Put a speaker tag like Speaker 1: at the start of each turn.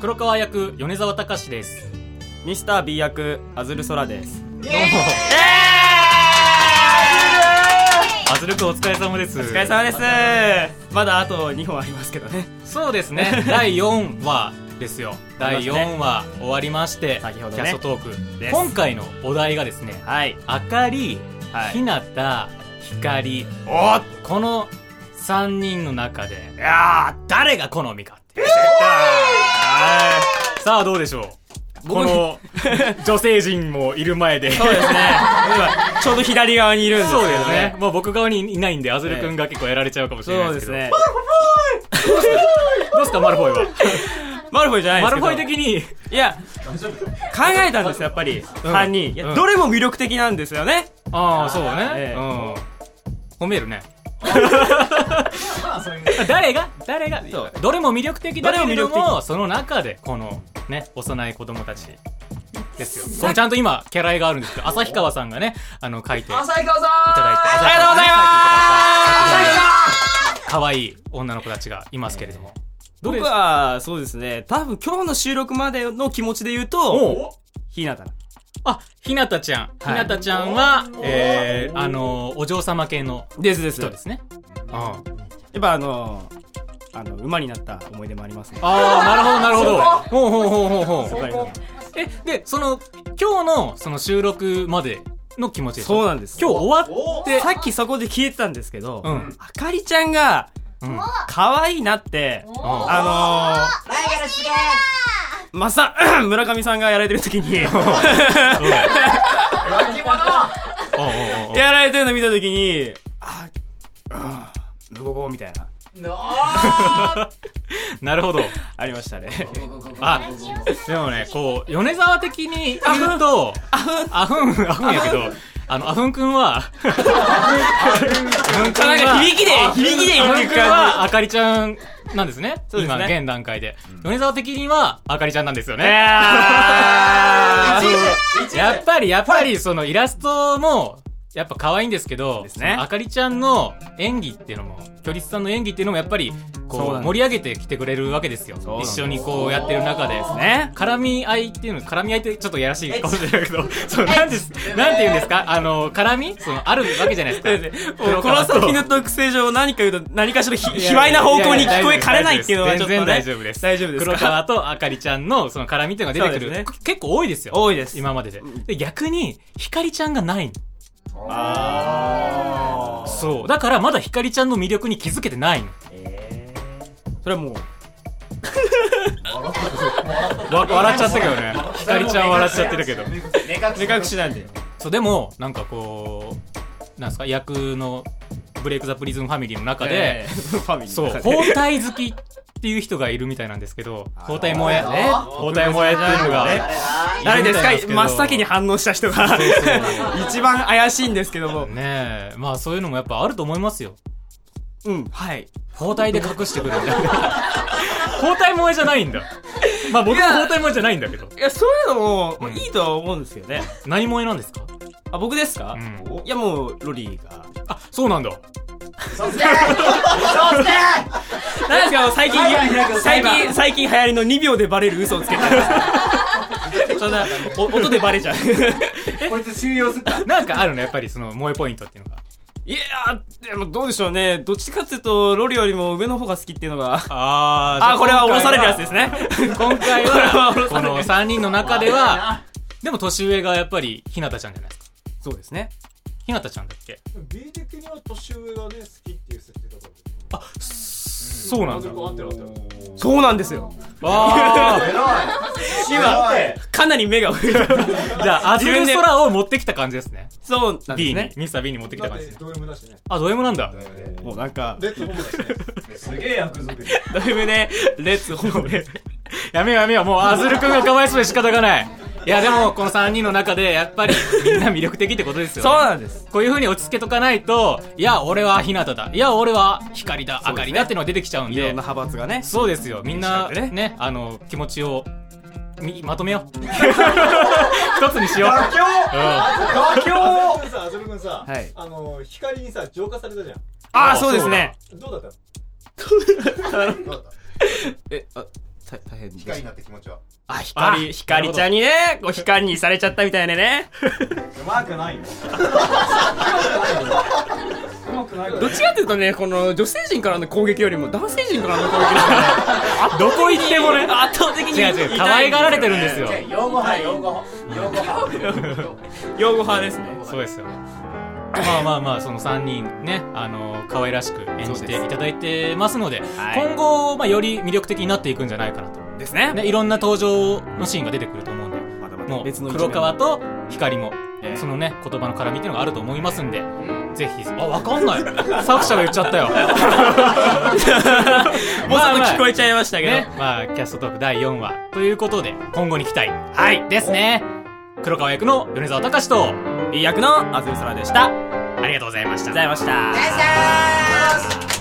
Speaker 1: 黒川役米沢隆です
Speaker 2: ミスター B 役アズルソラです
Speaker 1: どうもアズルくんお疲れ様ですお
Speaker 2: お疲れ様ですまだあと2本ありますけどね
Speaker 1: そうです ね第4話ですよ第4話終わりまして
Speaker 2: 先ほど
Speaker 1: キ
Speaker 2: ね
Speaker 1: ャストトーク
Speaker 2: です
Speaker 1: 今回のお題がですね
Speaker 2: はい
Speaker 1: 明かり、
Speaker 2: はい
Speaker 1: ひなた光
Speaker 2: おっ
Speaker 1: この3人の中で
Speaker 2: いや
Speaker 1: 誰が好みかっていう
Speaker 2: は
Speaker 1: さあどうでしょうこの女性陣もいる前 で
Speaker 2: いそうですね今ちょうど左側にいるんですけ
Speaker 1: そ
Speaker 2: ど
Speaker 1: うですね。まあ僕側にいないんで、アズル君が結構やられちゃうかもしれな
Speaker 2: そ
Speaker 1: いうで
Speaker 2: ですす
Speaker 1: けど。
Speaker 2: ね
Speaker 1: どうですか、マルフォイは。
Speaker 2: マルフォイじゃないで
Speaker 1: マ
Speaker 2: す
Speaker 1: ルフ
Speaker 2: けど
Speaker 1: ォイ的に、
Speaker 2: いや考えたんですやっぱり3人いや
Speaker 1: うん
Speaker 2: どれも魅力的なんですよね
Speaker 1: ああ、そうね。
Speaker 2: ええ
Speaker 1: うん。褒めるね。 誰が誰が
Speaker 2: そう
Speaker 1: どれも魅力的だけれど
Speaker 2: どれも魅力
Speaker 1: も、その中で、この、ね、幼い子供たち。ですよ。このちゃんと今、キャラ絵があるん ですけど、旭川さんがね、あの、書いていただいて。
Speaker 3: 旭川さ
Speaker 1: あ
Speaker 2: ありがとうございます
Speaker 1: 可愛い女の子たちがいますけれども。どれ
Speaker 2: 僕はそうですね多分今日の収録までの気持ちで言うとひなた
Speaker 1: あ、ひなたちゃん。ひ
Speaker 2: はい
Speaker 1: なたちゃんは、えー、あのー、お嬢様系の
Speaker 2: ですです
Speaker 1: 人
Speaker 2: や
Speaker 1: ですね。
Speaker 2: っぱあのあの馬になった思い出もありますね
Speaker 1: ああ、なるほど、なるほど。ほうほうほうほうほ
Speaker 2: やっ
Speaker 1: う。
Speaker 2: ぱりね
Speaker 1: え、で、その、今日の、その収録までの気持ちですか
Speaker 2: そうなんです
Speaker 1: 今日終わっ
Speaker 2: で
Speaker 1: て、
Speaker 2: さっきそこで聞いてたんですけど、
Speaker 1: うん
Speaker 2: あかりちゃんが
Speaker 1: うん。
Speaker 2: 可愛いなって
Speaker 1: お
Speaker 2: あ
Speaker 3: ライバルすげ
Speaker 2: のー、まさ 村上さんがやられてる 時に
Speaker 3: え浮気者
Speaker 1: おうおうおう
Speaker 2: やられてるの見た時にああムゴゴみたいな
Speaker 3: の
Speaker 1: なるほど。
Speaker 2: ありましたね
Speaker 1: あ、でもね、こう、米沢的に言うと、あふん、あふんやけど、あの、あふんくんは、あふんくん
Speaker 2: なんか響きで響きで
Speaker 1: あ
Speaker 2: 言っ
Speaker 1: ふ
Speaker 2: て
Speaker 1: ん
Speaker 2: く
Speaker 1: くん
Speaker 2: 感
Speaker 1: は、あかりちゃんなんですね。
Speaker 2: そうですね
Speaker 1: 今、現段階で。米沢的には、あかりちゃんなんですよ
Speaker 2: じい
Speaker 1: ね。
Speaker 2: や ー
Speaker 1: やっぱり、やっぱり、そのイラストも、やっぱ可愛いんですけど、
Speaker 2: ですね
Speaker 1: そのあかりちゃんの演技っていうのも、距離さんの演技っていうのもやっぱり、
Speaker 2: そう
Speaker 1: こう、
Speaker 2: なんです
Speaker 1: 盛り上げてきてくれるわけですよ
Speaker 2: そうなん。で
Speaker 1: 一
Speaker 2: す
Speaker 1: 緒にこうやってる中でですね。
Speaker 2: ね
Speaker 1: 絡み合いっていうの、絡み合いってちょっとやらしいかもしれないけど、そう、なんです、なんて言うんですかあの、絡みその、あるわけじゃない ですか。
Speaker 2: もうこの先の特性上何か言うと何かしらひ卑猥な方向に聞こえかれないっていうのはちょっと、ね、
Speaker 1: 全然大丈夫です。
Speaker 2: 大丈夫ですか
Speaker 1: 黒川とあかりちゃんのその絡みっていうのが出てく
Speaker 2: そう
Speaker 1: る。
Speaker 2: です
Speaker 1: 結構多いですよ。
Speaker 2: 多いです
Speaker 1: 今までで。で、逆に、ひかりちゃんがないの。
Speaker 2: あー
Speaker 1: そう。だからまだひかりちゃんの魅力に気づけてないの。
Speaker 2: それはもう
Speaker 1: わ笑っちゃったけどね。ひかりちゃん笑っちゃってるけど。
Speaker 2: 目隠しなんで
Speaker 1: そう、でも、なんかこう、なんですか、役の、ブレイク・ザ・プリズム・ファミリーの中で、
Speaker 2: えーファミリー
Speaker 1: そう、包帯好きっていう人がいるみたいなんですけど、包帯萌え、
Speaker 3: ね
Speaker 1: 包帯萌えっていうのが、
Speaker 2: 誰です
Speaker 1: いるみたいな
Speaker 2: か
Speaker 1: んですけど
Speaker 2: 真っ先に反応した人が一番怪しいんですけども
Speaker 1: ねえ、まあそういうのもやっぱあると思いますよ。
Speaker 2: うんはい
Speaker 1: 包帯で隠してくるみたいな。包帯萌えじゃないんだ。まあ僕も包帯萌えじゃないんだけど。
Speaker 2: いやそういうのも、
Speaker 1: うん
Speaker 2: いいとは思うんですけどね
Speaker 1: 何萌えなんですか
Speaker 2: あ僕ですか、
Speaker 1: う
Speaker 2: いやもうロリーが
Speaker 1: あ、そうなんだ。
Speaker 3: そしてそして
Speaker 2: なんですか最近
Speaker 3: 裁判開く
Speaker 2: 最
Speaker 3: 裁判
Speaker 2: 近最近流行りの2秒でバレる嘘をつけたそんな お音でバレちゃう
Speaker 3: こいつ収容するか
Speaker 1: なんかあるの、やっぱりその萌えポイントっていうのが。
Speaker 2: いやーでもどうでしょうねどっちかっていうとロリよりも上の方が好きっていうのが
Speaker 1: あ
Speaker 2: あこれは降ろされるやつですね
Speaker 1: 今回
Speaker 2: これは降
Speaker 1: は
Speaker 2: ろ、さ
Speaker 1: こ
Speaker 2: れる
Speaker 1: の3人の中では、でも年上がやっぱりひなたちゃんじゃないですか。
Speaker 2: そうですね
Speaker 1: ひなたちゃんだっけ
Speaker 4: B 的には年上がね好きっていう設定だから
Speaker 1: そうなんだ。
Speaker 4: 合ってる合ってる
Speaker 2: そうなんですよ
Speaker 1: あー。
Speaker 4: 今
Speaker 2: かなり目が泳いでる
Speaker 1: じゃあ、アズル空を持ってきた感じですね。
Speaker 2: そうなんで
Speaker 1: B
Speaker 2: す
Speaker 1: に
Speaker 2: ね。
Speaker 1: ミスター B に持ってきた
Speaker 4: だっ
Speaker 1: 感じ
Speaker 4: て
Speaker 1: ですね。
Speaker 4: ド M だしね
Speaker 1: あ、ド M なんだ。
Speaker 2: もうなんか
Speaker 4: レッドホームだしねすげえ役作り
Speaker 2: だいぶね、レッツホーム
Speaker 1: やめようやめよう。もう、アズルくんがかわいそうで仕方がない。いや、でも、この3人の中で、やっぱり、みんな魅力的ってことですよ、
Speaker 2: そうなんです。
Speaker 1: こういう風に落ち着けとかないと、いや、俺は日向だ。いや、俺は光だ、明かりだってのが出てきちゃうん
Speaker 2: いろん
Speaker 1: で。
Speaker 2: な派閥がね。
Speaker 1: そうですよ。みんな、
Speaker 2: みんなでね
Speaker 1: ね、あの、気持ちを、み、まとめよ う。一つにしよう。
Speaker 4: 妥協妥協あずるくんさ
Speaker 2: はい
Speaker 4: あの光にさ浄化されたじゃん
Speaker 2: ああ、そうですね。
Speaker 4: どうだった
Speaker 2: え、あ、
Speaker 5: 大大変
Speaker 4: 機械になって気持ちは
Speaker 2: あ、光、光ちゃんにね、こう光にされちゃったみたいなね。
Speaker 5: うまくないようまくないよ
Speaker 2: どっちかっていうとね、この女性陣からの攻撃よりも男性陣からの攻撃なんで、
Speaker 1: どこ行ってもね
Speaker 2: 圧倒的に
Speaker 1: 違う違う可愛がられてるんですよ
Speaker 3: じゃあ用語派用語派用語派
Speaker 2: 擁護派ですね。
Speaker 1: そうですよまあまあまあその3人ねあの可愛らしく演じていただいてますので
Speaker 2: はい
Speaker 1: 今後、まあ、より魅力的になっていくんじゃないかなと、
Speaker 2: ですね。
Speaker 1: ね、いろんな登場のシーンが出てくると思うんで
Speaker 2: まだま
Speaker 1: も
Speaker 2: 別
Speaker 1: う
Speaker 2: の
Speaker 1: 黒川と光も
Speaker 2: ええ
Speaker 1: そのね言葉の絡みっていうのがあると思いますんでぜひあわかんない 作者が言っちゃ ったよ
Speaker 2: もうちょっと聞こえちゃいましたけど。
Speaker 1: ねまあキャストトーク第4話ということで今後に期待はいですね黒川役の米沢隆と
Speaker 2: いい役のあずゆそらでした。ありが
Speaker 1: ありがとう
Speaker 2: とう
Speaker 1: ございました
Speaker 2: ございました。
Speaker 3: 用語派